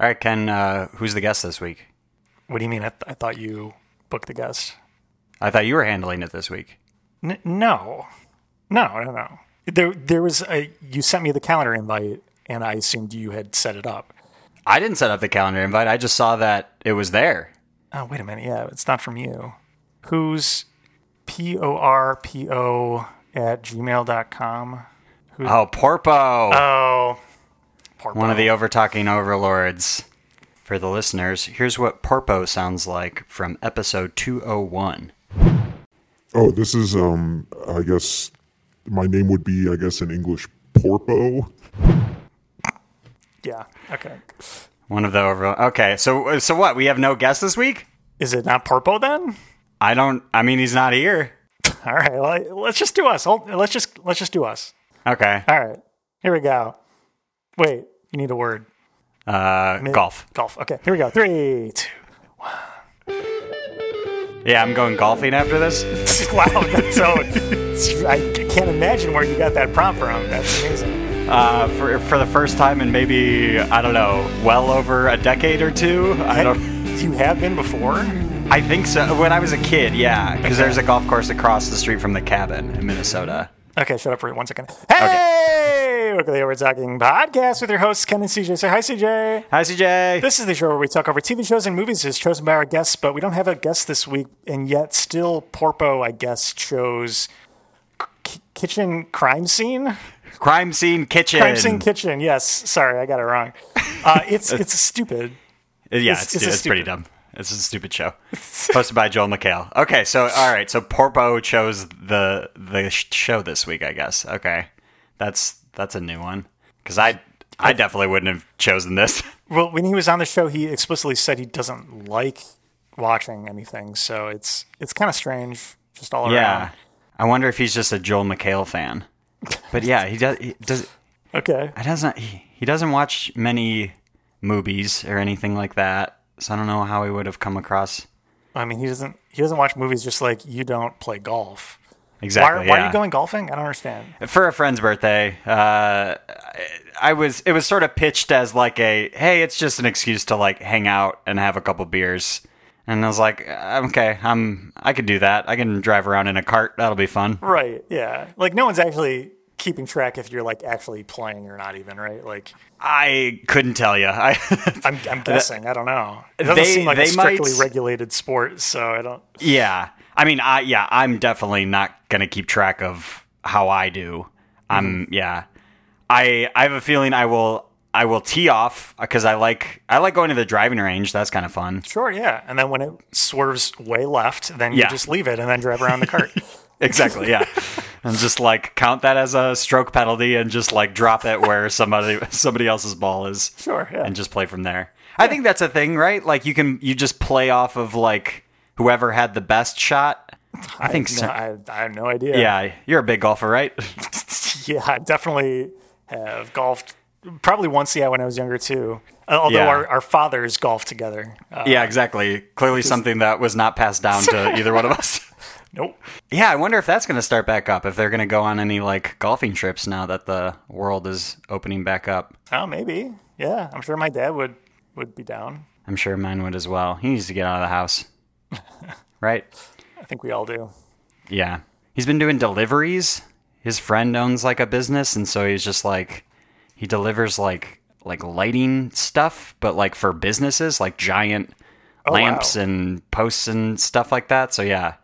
All right, Ken, uh, who's the guest this week? What do you mean? I, th- I thought you booked the guest. I thought you were handling it this week. N- no, no, no, no. There, there was a. You sent me the calendar invite, and I assumed you had set it up. I didn't set up the calendar invite. I just saw that it was there. Oh, wait a minute. Yeah, it's not from you. Who's P O R P O at gmail.com? Who, Oh, Porpo, oh, poor one of Bob. the over talking overlords. For the listeners, here's what Porpo sounds like from episode 201. Oh, this is um I guess my name would be I guess in English Porpo. Yeah, okay. One of the over. Okay, so so what? We have no guest this week. Is it not Porpo then? I don't. I mean, he's not here. All right, well, let's just do us. Hold- Let's just let's just do us. Okay. All right, here we go. Wait, you need a word. Uh, golf. Golf. Okay, here we go. Three, two. Yeah, I'm going golfing after this. Wow, that's so. I can't imagine where you got that prompt from. That's amazing. Uh, for for the first time in maybe I don't know, well over a decade or two. I don't. You have been before. I think so. When I was a kid, yeah, because there's a golf course across the street from the cabin in Minnesota. Okay, shut up for one second. Hey, welcome to the Over Talking Podcast with your hosts Ken and CJ. Say hi, CJ. Hi, CJ. This is the show where we talk over TV shows and movies as chosen by our guests, but we don't have a guest this week, and yet still Porpo, I guess, chose k- kitchen crime scene. crime scene kitchen. Crime scene kitchen. Yes, sorry, I got it wrong. Uh, it's it's stupid. Yeah, It's- it's, it's a it's, pretty dumb. It's a stupid show. Hosted by Joel McHale. Okay, so all right, so Porpo chose the the sh- show this week, I guess. Okay, that's that's a new one because I I definitely wouldn't have chosen this. Well, when he was on the show, he explicitly said he doesn't like watching anything, so it's it's kind of strange, just all yeah, I wonder if he's just a Joel McHale fan. But yeah, he does. He does. around. Okay. I doesn't. He, he doesn't watch many movies or anything like that. So I don't know how he would have come across. I mean, he doesn't he doesn't watch movies just like you don't play golf. Why, Exactly. are- why yeah. are you going golfing? I don't understand. for a friend's birthday uh, I- i was it was sort of pitched as like a hey it's just an excuse to like hang out and have a couple beers and i was like uh, okay i'm i can do that i can drive around in a cart that'll be fun Right. Yeah. Like no one's actually keeping track if you're like actually playing or not even, right? Like i couldn't tell you i I'm I'm guessing. I don't know. It doesn't They- seem like a they might- strictly regulated sport, so I don't yeah i mean i yeah i'm definitely not gonna keep track of how i do i'm yeah i i have a feeling i will i will tee off because i like i like going to the driving range that's kind of fun Sure, yeah. And then when it swerves way left, then you Yeah. just leave it and then drive around the cart. Exactly. Yeah. and just like count that as a stroke penalty and just like drop it where somebody somebody else's ball is. Sure, yeah. And just play from there. I think that's a thing, right? Like you can you just play off of like whoever had the best shot. I think so. No, I, I have no idea. yeah, you're a big golfer, right? Yeah, I definitely have golfed probably once, yeah, when I was younger too. Uh, Although Yeah. our, our fathers golfed together. Uh, yeah, exactly. Clearly something that was not passed down to either one of us. nope. Yeah, I wonder if that's going to start back up. If they're going to go on any like golfing trips now that the world is opening back up. Oh, maybe. Yeah, I'm sure my dad would would be down. I'm sure mine would as well. He needs to get out of the house. right? I think we all do. Yeah. He's been doing deliveries. His friend owns like a business and so he's just like he delivers like like lighting stuff, but like for businesses, like giant lamps Oh, wow. and posts and stuff like that. So yeah.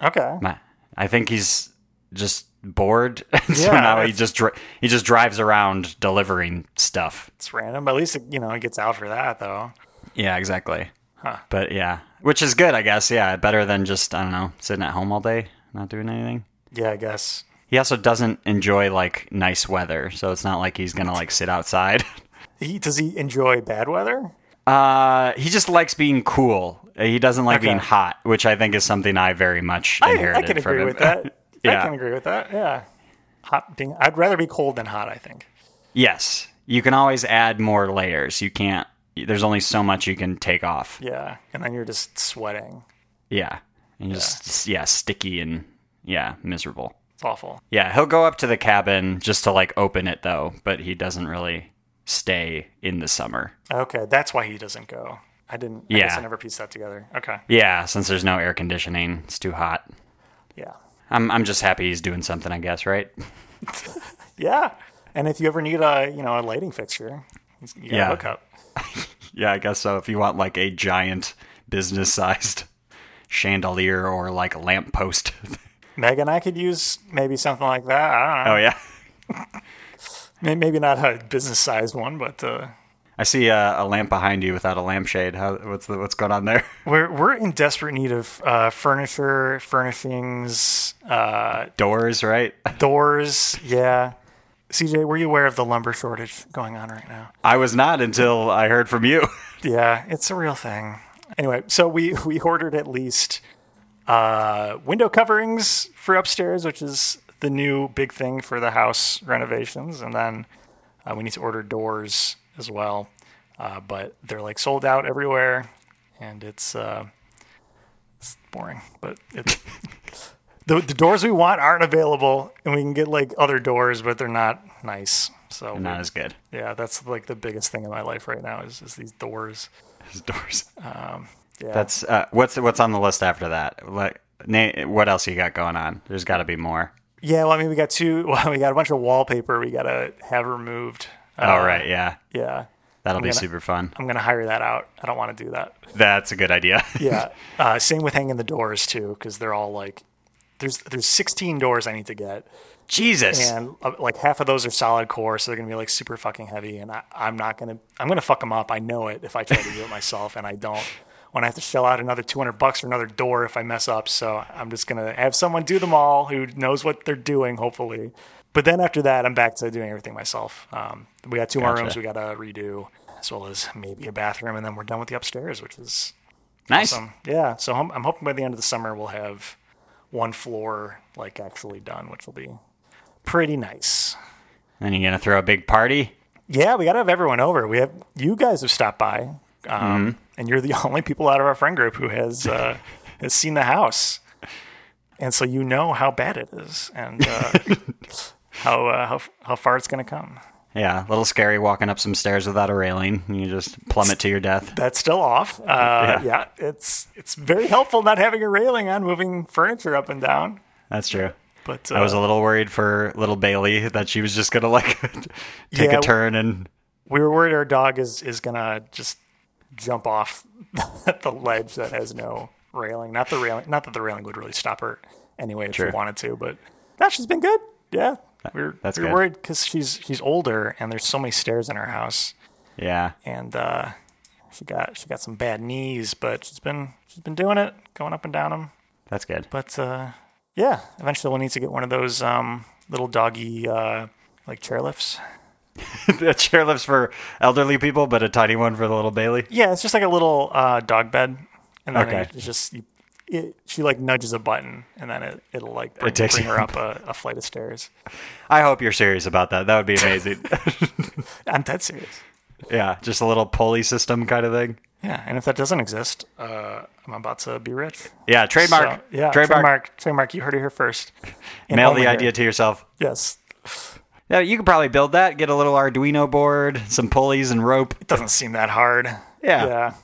Okay. My, I think he's just bored. so Yeah, now he that's- just dri- he just drives around delivering stuff. It's random. At least, it, you know, it gets out for that, though. Yeah, exactly. But yeah, which is good, I guess. Yeah, better than just I don't know sitting at home all day not doing anything. Yeah, I guess. He also doesn't enjoy like nice weather, so it's not like he's gonna like sit outside. He, does he enjoy bad weather? Uh, he just likes being cool. He doesn't like Okay. being hot, which I think is something I very much I, inherited I can from agree him. with that. Yeah. I can agree with that. Yeah. Hot being, I'd rather be cold than hot, I think. yes, you can always add more layers. You can't. There's only so much you can take off. Yeah. And then you're just sweating. Yeah, and just yeah, sticky and yeah, miserable. It's awful. Yeah, he'll go up to the cabin just to like open it though, but he doesn't really stay in the summer. Okay, that's why he doesn't go. I didn't. I Yeah. guess I never pieced that together. Okay. Yeah, since there's no air conditioning, it's too hot. Yeah. I'm I'm just happy he's doing something, I guess, right? Yeah. And if you ever need a you know a lighting fixture, you got Yeah. a hookup. Yeah, I guess so. If you want like a giant business sized chandelier or like a lamppost. Meg and I could use maybe something like that. I don't know. oh yeah. May- Maybe not a business sized one, but uh, I see a, a lamp behind you without a lampshade. How what's the, what's going on there? we're we're in desperate need of uh, furniture, furnishings, uh, Doors, right? doors. Yeah. CJ, were you aware of the lumber shortage going on right now? I was not until I heard from you. Yeah, it's a real thing. Anyway, so we we ordered at least uh, window coverings for upstairs, which is the new big thing for the house renovations, and then uh, we need to order doors as well. Uh, but they're like sold out everywhere, and it's uh, it's boring. But it, the the doors we want aren't available, and we can get like other doors, but they're not nice. So not as good yeah, that's like the biggest thing in my life right now is, is these doors. as doors. Um, Yeah. That's uh, what's what's on the list after that. Like, na- what else you got going on? There's got to be more. yeah. Well, I mean, we got two. Well, we got a bunch of wallpaper. We gotta have removed. Uh, All Oh, right, yeah, Yeah. that'll be gonna- super fun. I'm gonna hire that out. I don't want to do that. That's a good idea. Yeah. uh, same with hanging the doors too, because they're all like, there's there's 16 doors I need to get, Jesus, and uh, like half of those are solid core, so they're gonna be like super fucking heavy, and I, I'm not gonna I'm gonna fuck them up. I know it if I try to do it myself, and I don't. When I have to shell out another 200 bucks for another door if I mess up, so I'm just gonna have someone do them all who knows what they're doing, hopefully. But then after that, I'm back to doing everything myself. Um, we got two more Gotcha. rooms we gotta redo, as well as maybe a bathroom, and then we're done with the upstairs, which is nice. um, yeah, so I'm, I'm hoping by the end of the summer we'll have one floor like actually done, which will be pretty nice. Then you're gonna throw a big party. Yeah, we gotta have everyone over. We have you guys have stopped by, um, Mm-hmm. and you're the only people out of our friend group who has uh, has seen the house, and so you know how bad it is and uh, how, uh, how how far it's gonna come. Yeah, a little scary walking up some stairs without a railing. You just plummet to your death. That's still off. Uh, yeah. it's it's very helpful not having a railing on moving furniture up and down. That's true. But uh, I was a little worried for little Bailey that she was just gonna like take Yeah. a turn and we were worried our dog is is gonna just jump off the ledge that has no railing. Not the railing. Not that the railing would really stop her anyway if Sure. she wanted to. But no, she's been good. Yeah, we we're That's we we're good. worried because she's she's older and there's so many stairs in our house yeah. and uh, she got she got some bad knees, but she's been she's been doing it, going up and down them. That's good. But uh, yeah, eventually we'll need to get one of those um, little doggy uh, like chairlifts. a chairlift's for elderly people, but a tiny one for the little Bailey. Yeah, it's just like a little uh, dog bed, and then Okay. it- it's just you, it, she like nudges a button, and then it it'll like bring, takes bring you her up a, a flight of stairs. I hope you're serious about that. That would be amazing. I'm dead serious. yeah, just a little pulley system kind of thing. Yeah, and if that doesn't exist, uh, I'm about to be rich. Yeah, trademark. So, yeah, trademark. trademark. trademark, You heard it here first. And Mail only the here. idea to yourself. Yes, Yeah, you could probably build that. Get a little Arduino board, some pulleys and rope. it doesn't seem that hard. Yeah. yeah.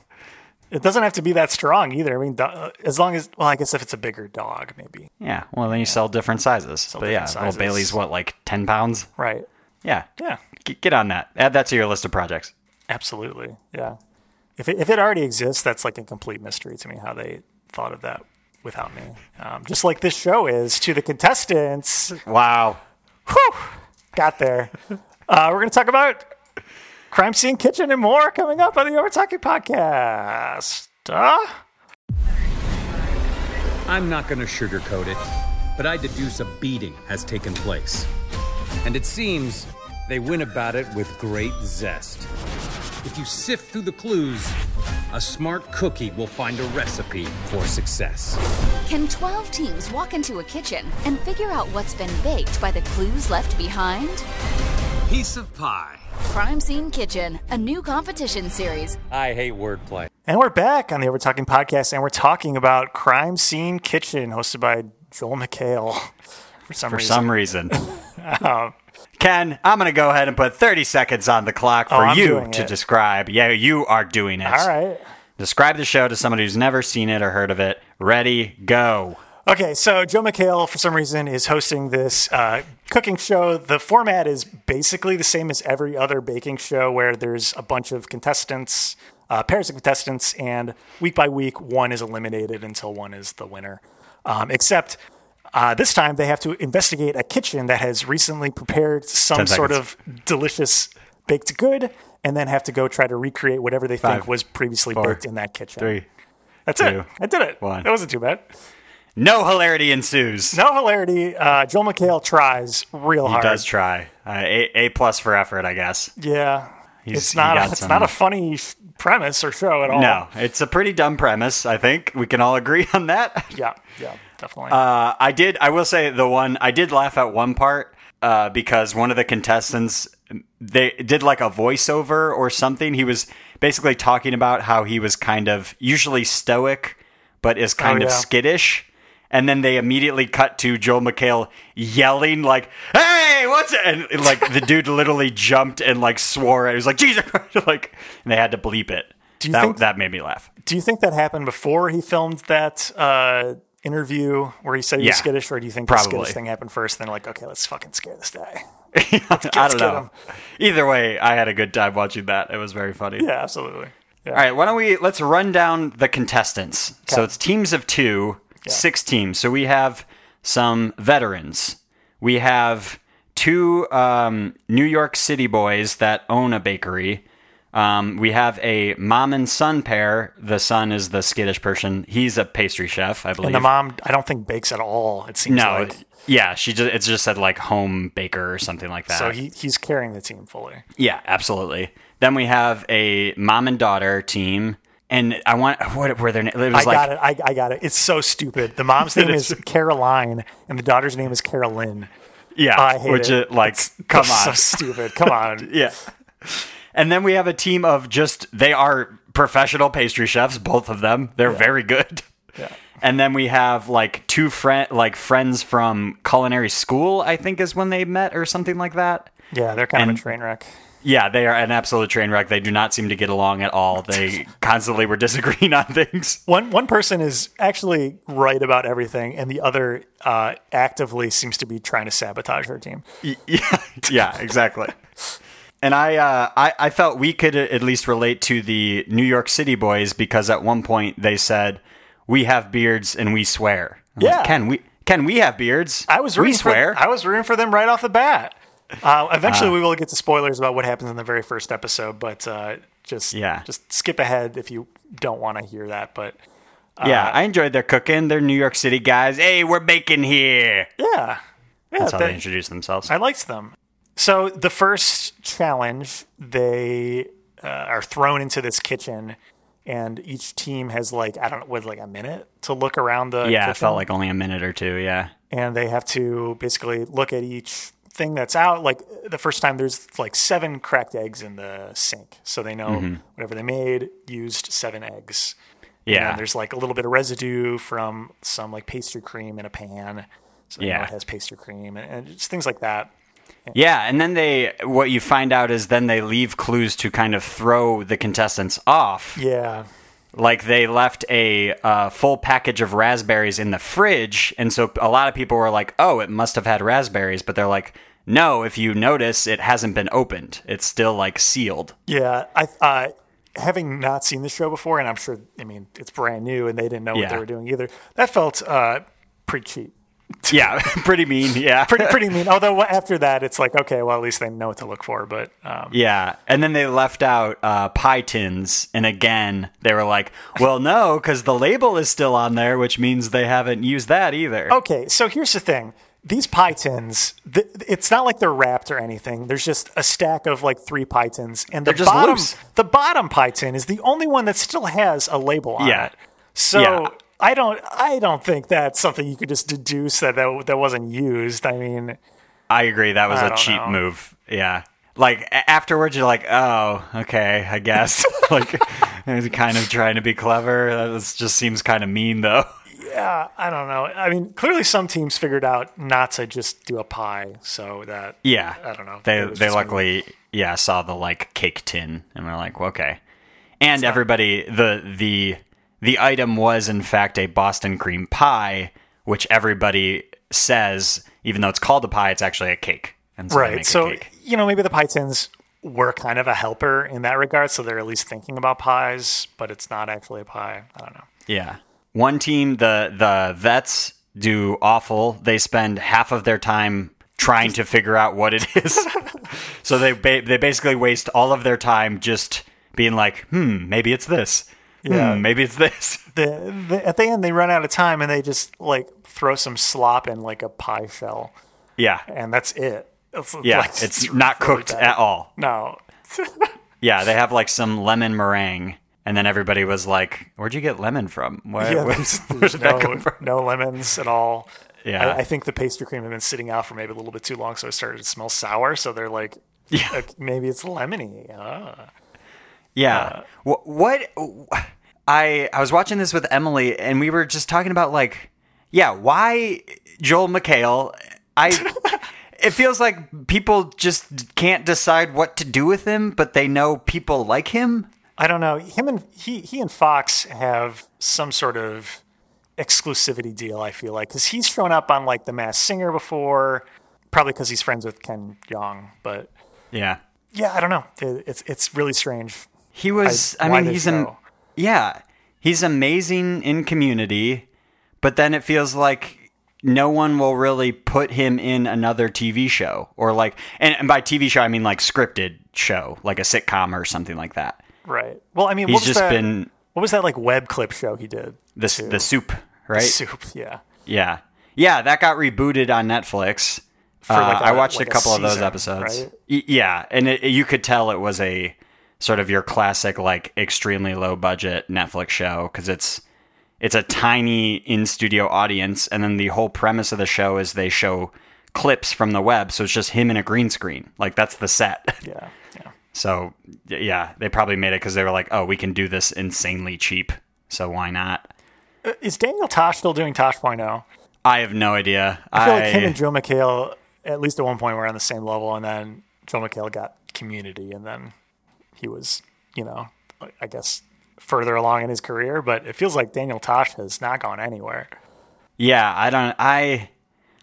It doesn't have to be that strong either. I mean, do- uh, as long as well, I guess if it's a bigger dog, maybe Yeah. Well, then you sell different sizes. but yeah, different little Bailey's sizes. what, like ten pounds? right? Yeah. Yeah, G- get on that. Add that to your list of projects. Absolutely. Yeah. If it, if it already exists, that's like a complete mystery to me how they thought of that without me. Um, just like this show is to the contestants. Wow. Whew, got there. Uh, we're going to talk about crime scene kitchen and more coming up on the Overtalking podcast. Uh, I'm not going to sugarcoat it, but I deduce a beating has taken place. And it seems they went about it with great zest. If you sift through the clues, a smart cookie will find a recipe for success. Can 12 teams walk into a kitchen and figure out what's been baked by the clues left behind? Piece of pie. Crime Scene Kitchen, a new competition series. I hate wordplay. and we're back on the Overtalking podcast, and we're talking about Crime Scene Kitchen, hosted by Joel McHale. For some For reason, Um, some reason. Ken, I'm going to go ahead and put 30 seconds on the clock for Oh, I'm you doing to it. describe. Yeah, you are doing it. All right. Describe the show to somebody who's never seen it or heard of it. Ready, go. Okay, so Joe McHale, for some reason, is hosting this uh, cooking show. The format is basically the same as every other baking show, where there's a bunch of contestants, uh, pairs of contestants, and week by week, one is eliminated until one is the winner. Um, except uh, this time, they have to investigate a kitchen that has recently prepared some Ten seconds. sort of delicious baked good, and then have to go try to recreate whatever they Five, think was previously four, baked in that kitchen. Three. That's two, it. I did it. one. That wasn't too bad. No hilarity ensues. No hilarity. Uh, Joel McHale tries real He hard. does try. Uh, a, a plus for effort, I guess. Yeah, it's he not. got it's some- not a funny sh- premise or show at all. No, it's a pretty dumb premise, I think. We can all agree on that. Yeah. Yeah. Definitely. Uh, I did. I will say the one I did laugh at one part uh, because one of the contestants they did like a voiceover or something. He was basically talking about how he was kind of usually stoic, but is kind of Oh, yeah. skittish. And then they immediately cut to Joel McHale yelling like, "Hey, what's it?" And like the dude literally jumped and like swore. It was like Jesus, Christ," like and they had to bleep it. Do you that think- that made me laugh? do you think that happened before he filmed that uh, interview where he said he Yeah. was skittish, or do you think the Probably. skittish thing happened first? Then like, okay, let's fucking scare this guy. I don't get know. him. Either way, I had a good time watching that. It was very funny. Yeah, absolutely. Yeah. All right, why don't we let's run down the contestants. So it's teams of two, six teams. So we have some veterans. We have two um, New York City boys that own a bakery. Um, we have a mom and son pair. The son is the skittish person. He's a pastry chef, I believe. And the mom, I don't think bakes at all. It seems no, like. yeah, she just it's just said like home baker or something like that. So he, he's carrying the team fully. Yeah, absolutely. Then we have a mom and daughter team, and I want what were their names? It was I like got it. I, I got it. It's so stupid. The mom's name is Caroline, and the daughter's name is Carolyn. yeah, Oh, I hate which it. Is, like come That's on, so stupid. Come on. yeah. And then we have a team of just they are professional pastry chefs, both of them. They're very good. Yeah. And then we have like two friend like friends from culinary school, I think is when they met or something like that. Yeah, they're kind And- of a train wreck. Yeah, they are an absolute train wreck. They do not seem to get along at all. They constantly were disagreeing on things. One one person is actually right about everything, and the other uh, actively seems to be trying to sabotage her team. yeah, yeah, exactly. And I, uh, I, I felt we could at least relate to the New York City boys because at one point they said, "We have beards and we swear." I'm like, Yeah. can we? Can we have beards? I was we rooting swear. For, I was rooting for them right off the bat. Uh, eventually, we will get to spoilers about what happens in the very first episode, but uh, just Yeah. just skip ahead if you don't want to hear that. But uh, yeah, I enjoyed their cooking. They're New York City guys. Hey, we're baking here. yeah, yeah, That's how they that- introduce themselves. I liked them. So the first challenge, they uh, are thrown into this kitchen, and each team has like I don't know, was like a minute to look around the yeah, kitchen, it felt like only a minute or two. Yeah, and they have to basically look at each thing that's out. Like the first time, there's like seven cracked eggs in the sink, so they know Mm-hmm. whatever they made used seven eggs. And yeah. then there's like a little bit of residue from some like pastry cream in a pan, so they know Yeah. it has pastry cream and, and just things like that. Yeah, and then they what you find out is then they leave clues to kind of throw the contestants off. Yeah. Like they left a uh, full package of raspberries in the fridge, and so a lot of people were like, "Oh, it must have had raspberries," but they're like, "No, if you notice, it hasn't been opened. It's still like sealed." Yeah, I uh, having not seen the show before, and I'm sure I mean it's brand new, and they didn't know what Yeah. they were doing either. That felt uh, pretty cheap, Yeah, pretty mean. Yeah, pretty pretty mean. Although after that, it's like okay, well at least they know what to look for. But um, Yeah, and then they left out uh, pie tins, and again they were like, "Well, no, because the label is still on there, which means they haven't used that either." okay, so here's the thing: these pie tins, th- it's not like they're wrapped or anything. There's just a stack of like three pie tins, and the They're just bottom loose. the bottom pie tin is the only one that still has a label on Yeah. it. So. Yeah. I don't. I don't think that's something you could just deduce that that, that wasn't used. I mean, I agree. That was I a don't cheap know. move. Yeah. Like a- afterwards, you're like, oh, okay, I guess. like, I was kind of trying to be clever. That was, just seems kind of mean, though. yeah, I don't know. I mean, clearly some teams figured out not to just do a pie, so that Yeah. I don't know. They It was they just luckily yeah, saw the like cake tin and were like, okay. And everybody the the the item was in fact a Boston cream pie, which everybody says, even though it's called a pie, it's actually a cake. And so they make right. a So cake. you know, maybe the pie tins were kind of a helper in that regard, so they're at least thinking about pies, but it's not actually a pie. I don't know. Yeah. One team, the the vets do awful. They spend half of their time trying to figure out what it is. so they ba- they basically waste all of their time just being like, hmm, maybe it's this. Yeah, maybe it's this. The, the, at the end, they run out of time and they just like throw some slop in like a pie shell, Yeah, and that's it. It's, yeah. like, it's not really cooked bad. at all. No, Yeah, they have like some lemon meringue, and then everybody was like, "Where'd you get lemon from? Where, Yeah, where- there's, where there's did no, that come from?" no lemons at all. Yeah. I, I think the pastry cream had been sitting out for maybe a little bit too long, so it started to smell sour. So they're like, Yeah. "Uh, maybe it's lemony. Ah. Yeah. Uh, Wh- what, I I was watching this with Emily and we were just talking about like yeah, why Joel McHale I it feels like people just can't decide what to do with him, but they know people like him. I don't know. Him and he he and Fox have some sort of exclusivity deal. I feel like because he's shown up on like The Mass Singer before, probably because he's friends with Ken Young. But Yeah. yeah, I don't know. It, it's it's really strange. He was I, why mean the he's an show? yeah, he's amazing in community, but then it feels like no one will really put him in another TV show or like and, and by TV show I mean like scripted show, like a sitcom or something like that. Right. Well, I mean, He's what was just that- been What was that like web clip show he did? the s- the soup, right? Soup. Yeah. Yeah, yeah, that got rebooted on Netflix. For Uh, like I a- watched like a a couple of those season, episodes. right? Y- yeah, and it, you could tell it was a sort of your classic, like extremely low budget Netflix show because it's it's a tiny in studio audience, and then the whole premise of the show is they show clips from the web, so it's just him in a green screen. Like that's the set. Yeah. Yeah. So y- yeah, they probably made it because they were like, oh, we can do this insanely cheap, so why not? Uh, Is Daniel Tosh still doing Tosh.0? I have no idea. I feel like him and Joe McHale, at least at one point, were on the same level, and then Joe McHale got community, and then he was, you know, I guess further along in his career. But it feels like Daniel Tosh has not gone anywhere. yeah, I don't. I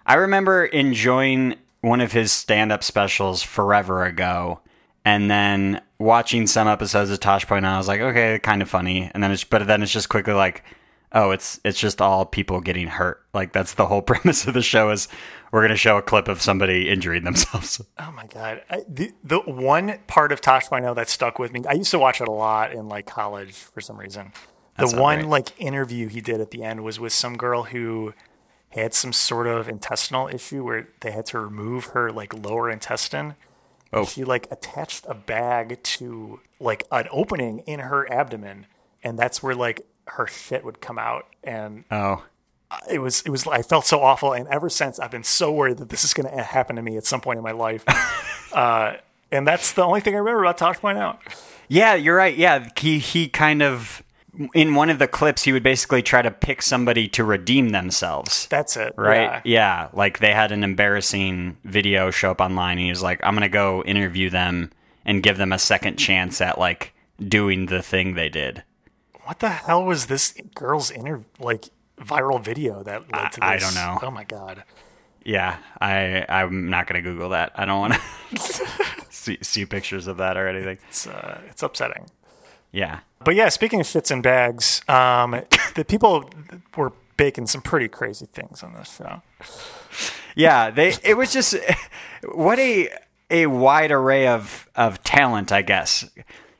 I remember enjoying one of his stand-up specials forever ago, and then watching some episodes of Tosh Point. And I was like, okay, kind of funny. And then it's but then it's just quickly like, oh, it's it's just all people getting hurt. Like that's the whole premise of the show is we're gonna show a clip of somebody injuring themselves. Oh my god! I, the the one part of Tosh by now that stuck with me. I used to watch it a lot in like college for some reason. That's the not one great. like interview he did at the end was with some girl who had some sort of intestinal issue where they had to remove her like lower intestine. Oh. She like attached a bag to like an opening in her abdomen, and that's where like her shit would come out. And Oh, it was it was I felt so awful, and ever since I've been so worried that this is going to happen to me at some point in my life. uh, and that's the only thing I remember about Tosh Point Out. yeah, you're right. Yeah, he he kind of in one of the clips he would basically try to pick somebody to redeem themselves. That's it, right? Yeah. Yeah. Like they had an embarrassing video show up online, and he was like, "I'm gonna go interview them and give them a second chance at like doing the thing they did." What the hell was this girl's inter like viral video that led to this? I- I don't know. Oh my god. Yeah, I I'm not gonna Google that. I don't want to see, see pictures of that or anything. It's uh, it's upsetting. Yeah, But yeah, speaking of shits and bags, um, the people were baking some pretty crazy things on this show. yeah. They it was just what a a wide array of of talent, I guess.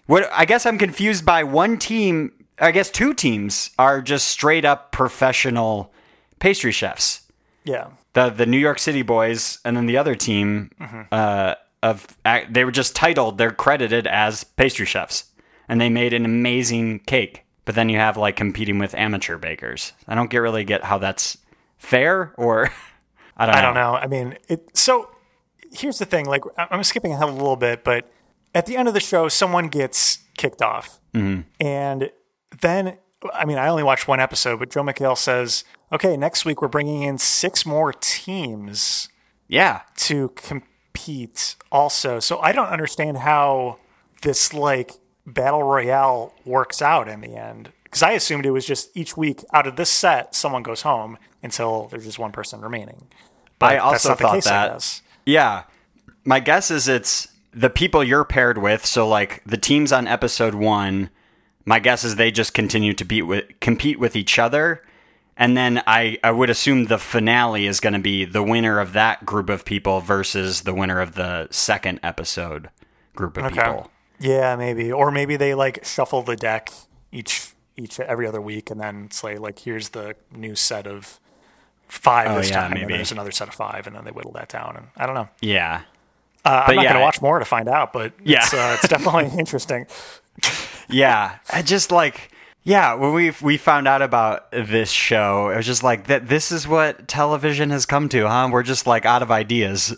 What I guess I'm confused by one team. I guess two teams are just straight up professional pastry chefs. Yeah. the the New York City boys, and then the other team Mm-hmm. uh, of ac- they were just titled. They're credited as pastry chefs, and they made an amazing cake. But then you have like competing with amateur bakers. I don't get really get how that's fair, or I don't. I don't know. I mean, it. So here's the thing. Like, I- I'm skipping ahead a little bit, Mm-hmm. but at the end of the show, someone gets kicked off, and then I mean, I only watched one episode, but Joe McHale says, okay, next week we're bringing in six more teams Yeah. to compete also. So I don't understand how this like battle royale works out in the end. Because I assumed it was just each week out of this set, someone goes home until there's just one person remaining. But I also that's not thought the case, that. I guess. Yeah. My guess is it's the people you're paired with. So, like the teams on episode one, my guess is they just continue to beat with, compete with each other. And then I, I would assume the finale is going to be the winner of that group of people versus the winner of the second episode group of people. Yeah, maybe. Or maybe they like shuffle the deck each each every other week and then say like here's the new set of five this Oh, yeah, time and maybe. then there's another set of five and then they whittle that down and I don't know. Yeah. Uh, I'm But not yeah, gonna I- watch more to find out, but Yeah. it's, uh, it's definitely interesting. Yeah, I just like yeah. When we we found out about this show, it was just like that. This is what television has come to, huh? We're just like out of ideas.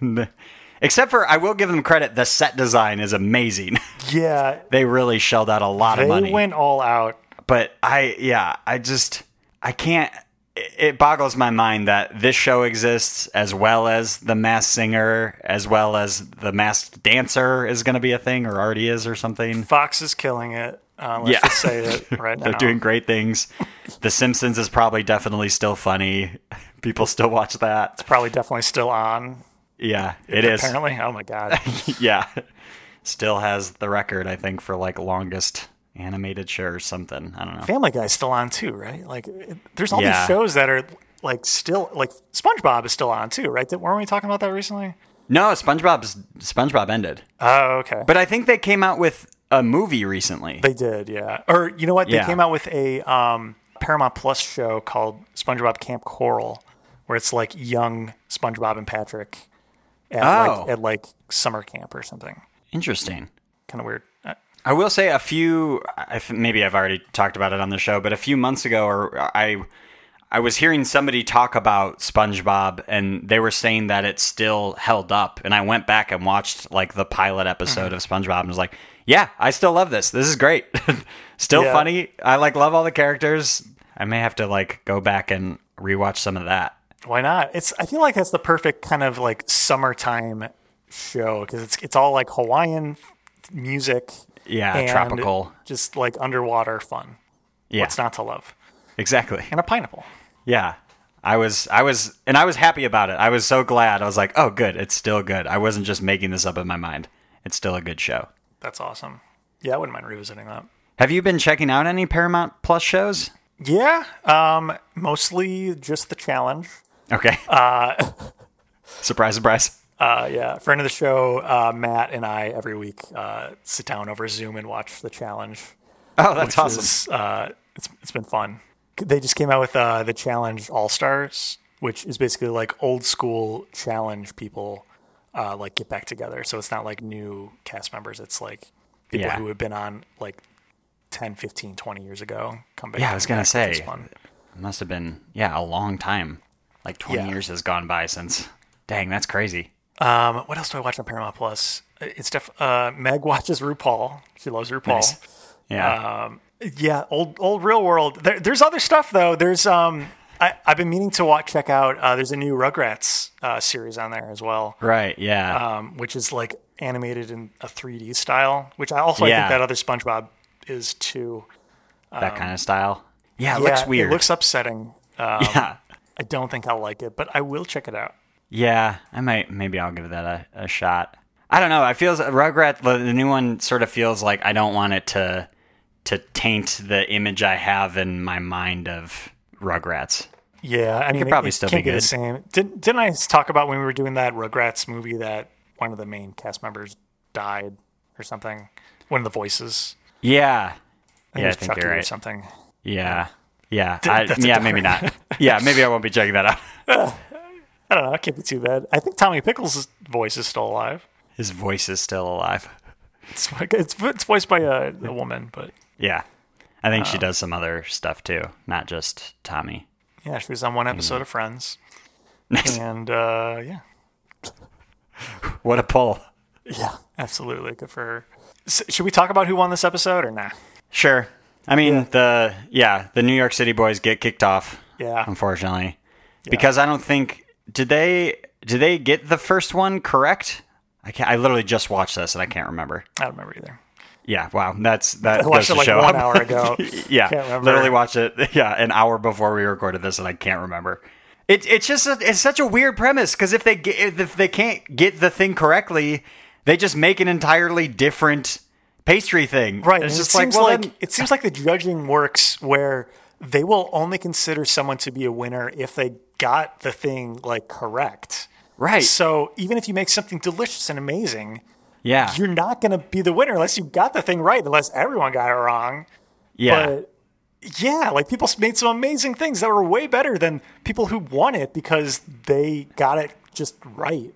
Except for, I will give them credit. The set design is amazing. Yeah, they really shelled out a lot they of money. went all out. But I, yeah, I just I can't. It it boggles my mind that this show exists as well as The Masked Singer, as well as The Masked Dancer is going to be a thing or already is or something. Fox is killing it. Uh, let's Yeah. just say it right now. They're doing great things. The Simpsons is probably definitely still funny. People still watch that. Probably definitely still on. Yeah, it is. Apparently, oh my god, Yeah. Still has the record, I think, for like longest animated show or something. I don't know. Family Guy's still on too, right? Like, it, there's all Yeah. these shows that are like still like SpongeBob is still on too, right? Did- Weren't we talking about that recently? No, SpongeBob's SpongeBob ended. Oh, okay. But I think they came out with a movie recently. they did, yeah. Or you know what? They Yeah. came out with a um, Paramount Plus show called SpongeBob Camp Coral, where it's like young SpongeBob and Patrick at, Oh. like, at like summer camp or something. Interesting. Kind of weird. Uh, I will say a few. I th- maybe I've already talked about it on the show, but a few months ago, or I, I was hearing somebody talk about SpongeBob, and they were saying that it still held up. And I went back and watched like the pilot episode Uh-huh. of SpongeBob, and was like, "Yeah, I still love this. This is great. still Yeah. funny. I like love all the characters. I may have to like go back and rewatch some of that." Why not? It's I feel like that's the perfect kind of like summertime show because it's it's all like Hawaiian music. Yeah, and tropical. Just like underwater fun. Yeah, What's not to love? exactly. And a pineapple. Yeah. I was I was and I was happy about it. I was so glad. I was like, "Oh good, it's still good. I wasn't just making this up in my mind. It's still a good show." That's awesome. Yeah, I wouldn't mind revisiting that. Have you been checking out any Paramount Plus shows? Yeah, um, mostly just the challenge. Okay. surprise surprise. Uh, yeah, friend of the show, uh, Matt and I every week uh, sit down over Zoom and watch the challenge. Oh, that's awesome. is, uh, it's it's been fun. They just came out with uh, the Challenge All Stars, which is basically like old school challenge people uh, like get back together. So it's not like new cast members. It's like people Yeah. who have been on like 10, 15, 20 years ago come back. Yeah, I was come gonna back. say. It's fun. It must have been yeah, a long time. Like 20 Yeah. years has gone by since. Dang, that's crazy. Um, what else do I watch on Paramount Plus? It's def- uh, Meg watches RuPaul. She loves RuPaul. Nice. Yeah. Uh, Yeah, old old real world. There, there's other stuff though. There's um, I, I've been meaning to watch check out. Uh, there's a new Rugrats uh, series on there as well, right, yeah. um, which is like animated in a 3D style. Which I also I Yeah. think that other SpongeBob is too. that kind of style. Yeah, it uh, Yeah, looks weird. It looks upsetting. Um, yeah. I don't think I'll like it, but I will check it out. Yeah, I might. Maybe I'll give that a, a shot. I don't know. I feels Rugrat the, the new one sort of feels like I don't want it to to taint the image I have in my mind of Rugrats. Yeah, I mean, it- probably it still be can't be the good. same. Didn't didn't I talk about when we were doing that Rugrats movie that one of the main cast members died or something? One of the voices. Yeah, I think yeah, it I was think Chucky you're or right. something. Yeah, yeah, I, that's a yeah. Maybe not. Yeah, maybe I won't be checking that out. I don't know. It can't be too bad. I think Tommy Pickles' voice is still alive. His voice is still alive. It's it's, it's voiced by a, a woman, but Yeah, I think Oh. she does some other stuff too, not just Tommy. yeah, she was on one Mm. episode of Friends. And uh, yeah, What a pull. yeah, absolutely good for her. S should we talk about who won this episode or nah? Sure. I mean, the yeah, the New York City boys get kicked off. Yeah. Um, unfortunately, because I don't think did they did they get the first one correct? I can I literally just watched this and I can't remember. I don't remember either. Yeah, wow, that's that I goes watched to it like show one up. hour ago. yeah, Can't remember. literally watched it. Yeah, an hour before we recorded this, and I can't remember. It, it's just a, it's such a weird premise because if they get, if they can't get the thing correctly, they just make an entirely different pastry thing. Right. It's and just it like seems well, like then- it seems like the judging works where they will only consider someone to be a winner if they got the thing like correct. Right. So even if you make something delicious and amazing, yeah, you're not going to be the winner unless you got the thing right, unless everyone got it wrong. yeah, But yeah, like people made some amazing things that were way better than people who won it because they got it just right.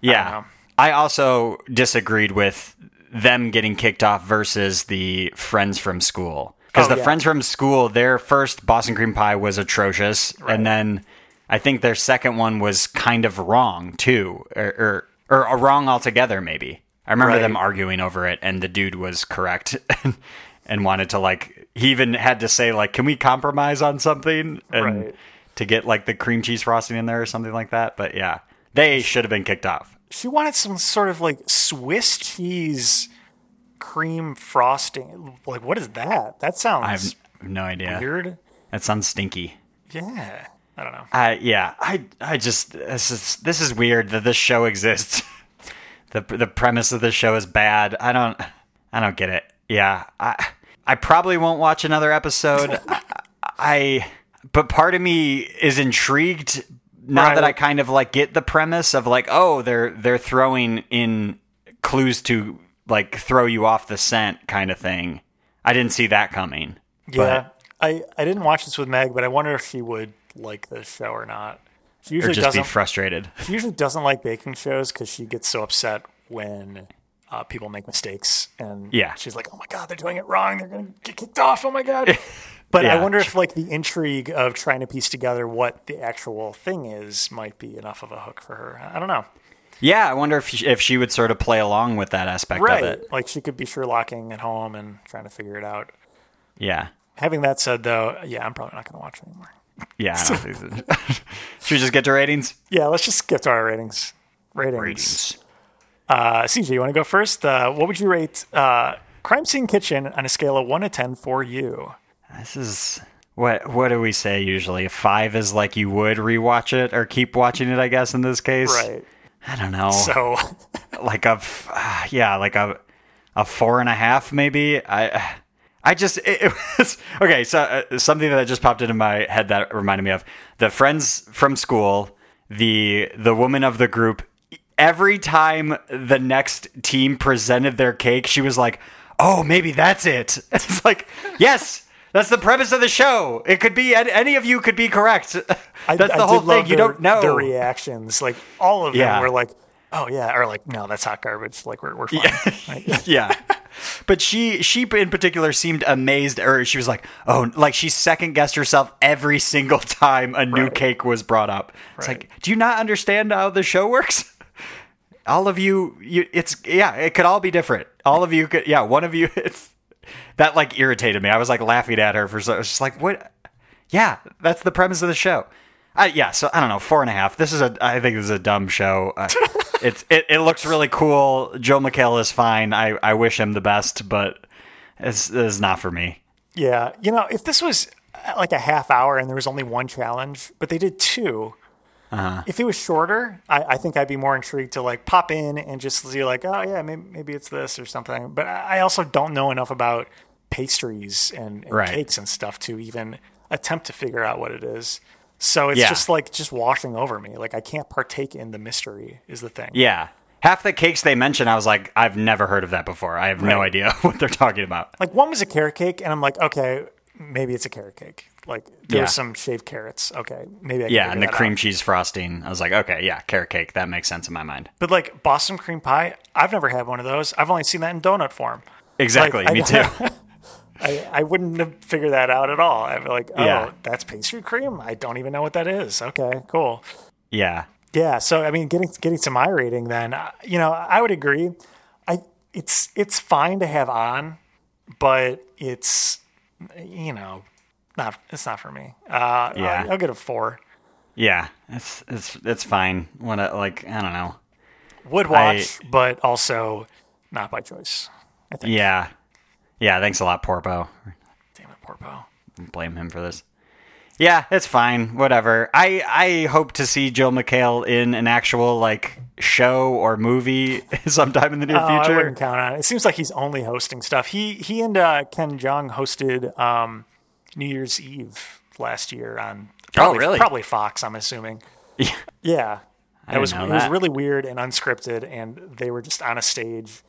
yeah. know. I also disagreed with them getting kicked off versus the friends from school because Oh, the yeah. friends from school their first Boston cream pie was atrocious, and then I think their second one was kind of wrong too, or or, or wrong altogether. Maybe I remember Right. them arguing over it, and the dude was correct. And wanted to like, he even had to say like, "Can we compromise on something?" And Right. to get like the cream cheese frosting in there or something like that. But yeah, they should have been kicked off. She wanted some sort of like Swiss cheese cream frosting. Like, what is that? That I have sounds no idea. weird. That sounds stinky. Yeah. I don't know. I yeah. I I just this is this is weird that this show exists. the The premise of this show is bad. I don't I don't get it. Yeah. I I probably won't watch another episode. I, I but part of me is intrigued now Right. that I kind of like get the premise of like oh they're they're throwing in clues to like throw you off the scent kind of thing. I didn't see that coming. Yeah. I, I didn't watch this with Meg, but I wonder if she would like this show or not. She Or usually just doesn't. be frustrated. she usually doesn't like baking shows because she gets so upset when uh, people make mistakes, and Yeah. she's like, "Oh my god, they're doing it wrong. They're gonna get kicked off. Oh my god." But Yeah. I wonder if like the intrigue of trying to piece together what the actual thing is might be enough of a hook for her. I don't know. Yeah, I wonder if she, if she would sort of play along with that aspect of Right. it. Like she could be Sherlocking at home and trying to figure it out. Yeah, Having that said, though, yeah, I'm probably not going to watch it anymore. yeah. I don't think so. Should we just get to ratings? Yeah, let's just skip to our ratings. Ratings. Uh, CJ, you want to go first? Uh, what would you rate uh, Crime Scene Kitchen on a scale of 1 to 10 for you? This is what what do we say usually? Five is like you would rewatch it or keep watching it. I guess in this case, Right. I don't know. So, like a f- ah, yeah, like a a four and a half maybe. I I just it, it was okay. So uh, something that just popped into my head that reminded me of the friends from school, the the woman of the group. Every time the next team presented their cake, she was like, "Oh, maybe that's it." It's like, yes. That's the premise of the show. It could be an- any of you could be correct. That's I, the I whole did thing. love you their- don't know. Their reactions, like all of them Yeah. were like, oh, yeah, or like, no, that's hot garbage. Like, we're, we're fine. Like, yeah. But she she in particular seemed amazed or she was like, "Oh, like she second guessed herself every single time a new Right. cake was brought up." It's like, "Do you not understand how the show works?" All of you you it's yeah, it could all be different. All of you could yeah, one of you it's that like irritated me. I was like laughing at her for so she's like, "What? Yeah, that's the premise of the show." I, yeah, so I don't know, four and a half. This is a, I think this is a dumb show. Uh, it's it, it looks really cool. Joe McHale is fine. I, I wish him the best, but it's, it's not for me. Yeah, you know, if this was uh, like a half hour and there was only one challenge, but they did 2 Uh-huh. If it was shorter, I, I think I'd be more intrigued to like pop in and just see like, oh yeah, maybe, maybe it's this or something. But I I also don't know enough about pastries and, and Right. cakes and stuff to even attempt to figure out what it is. So it's Yeah. just like just washing over me. Like I can't partake in the mystery is the thing. Yeah, half the cakes they mention, I was like, I've never heard of that before. I have no Right. idea what they're talking about. Like one was a carrot cake, and I'm like, okay, maybe it's a carrot cake. Like there Yeah. was some shaved carrots. Okay, maybe I can Yeah, and the figure that out. cream cheese frosting. I was like, okay, yeah, carrot cake. That makes sense in my mind. But like Boston cream pie, I've never had one of those. I've only seen that in donut form. Exactly, Like, I- me too. I, I wouldn't have figured that out at all. I'd be like, oh, Yeah. that's pastry cream. I don't even know what that is. Okay, cool. yeah, Yeah. So I mean, getting getting to my rating, then uh, you know, I would agree. I it's it's fine to have on, but it's you know, not it's not for me. Uh, Yeah. I'll, I'll get a four. Yeah, it's it's it's fine. What a, like I don't know. Would watch, but also not by choice. I think. Yeah, yeah. Thanks a lot, Porpo. Damn it, Porpo. Blame him for this. Yeah, it's fine. Whatever. I I hope to see Jill McHale in an actual like show or movie sometime in the near Oh, I future. wouldn't count on it. It seems like he's only hosting stuff. He he and uh, Ken Jong hosted um, New Year's Eve last year on. Probably, Oh, really? Probably Fox. I'm assuming. Yeah. Yeah. It didn't was know it was that. really weird and unscripted, and they were just on a stage,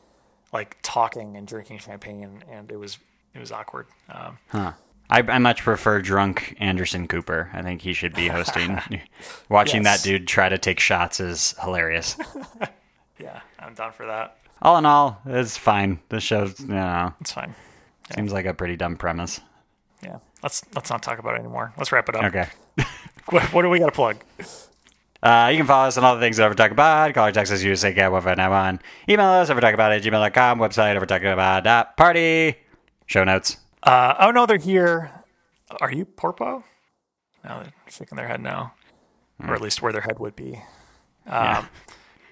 like talking and drinking champagne, and it was it was awkward. Um, I, I much prefer drunk Anderson Cooper. I think he should be hosting. Watching Yes. that dude try to take shots is hilarious. yeah, I'm down for that. all in all, it's fine. The show's you know, It's fine. seems like a pretty dumb premise. Yeah, let's let's not talk about it anymore. Let's wrap it up. Okay. What, what do we got to plug? Uh, you can follow us on all the things that Overtalk About. Call or text us, USA Cat 1591. Email us, overtalkabout at gmail.com. Website, overtalkabout.party. Show notes. Uh, oh no, they're here. Are you Porpo? No, they're shaking their head no, or at least where their head would be. Yeah.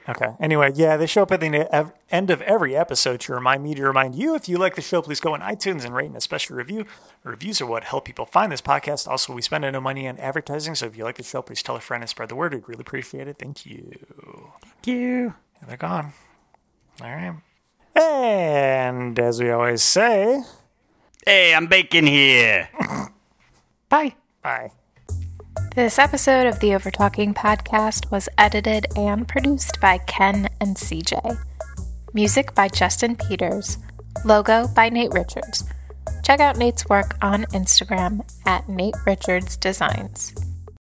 Okay. Anyway, yeah, they show up at the ne- ev- end of every episode to remind me to remind you. If you like the show, please go on iTunes and rate and especially review. Reviews are what help people find this podcast. Also, we spend no money on advertising, so if you like the show, please tell a friend and spread the word. We'd really appreciate it. Thank you. Thank you. And they're gone. All right. And as we always say, Hey, I'm baking here. Bye. bye. This episode of the Overtalking Podcast was edited and produced by Ken and CJ. Music by Justin Peters. Logo by Nate Richards. Check out Nate's work on Instagram at Nate Richards Designs.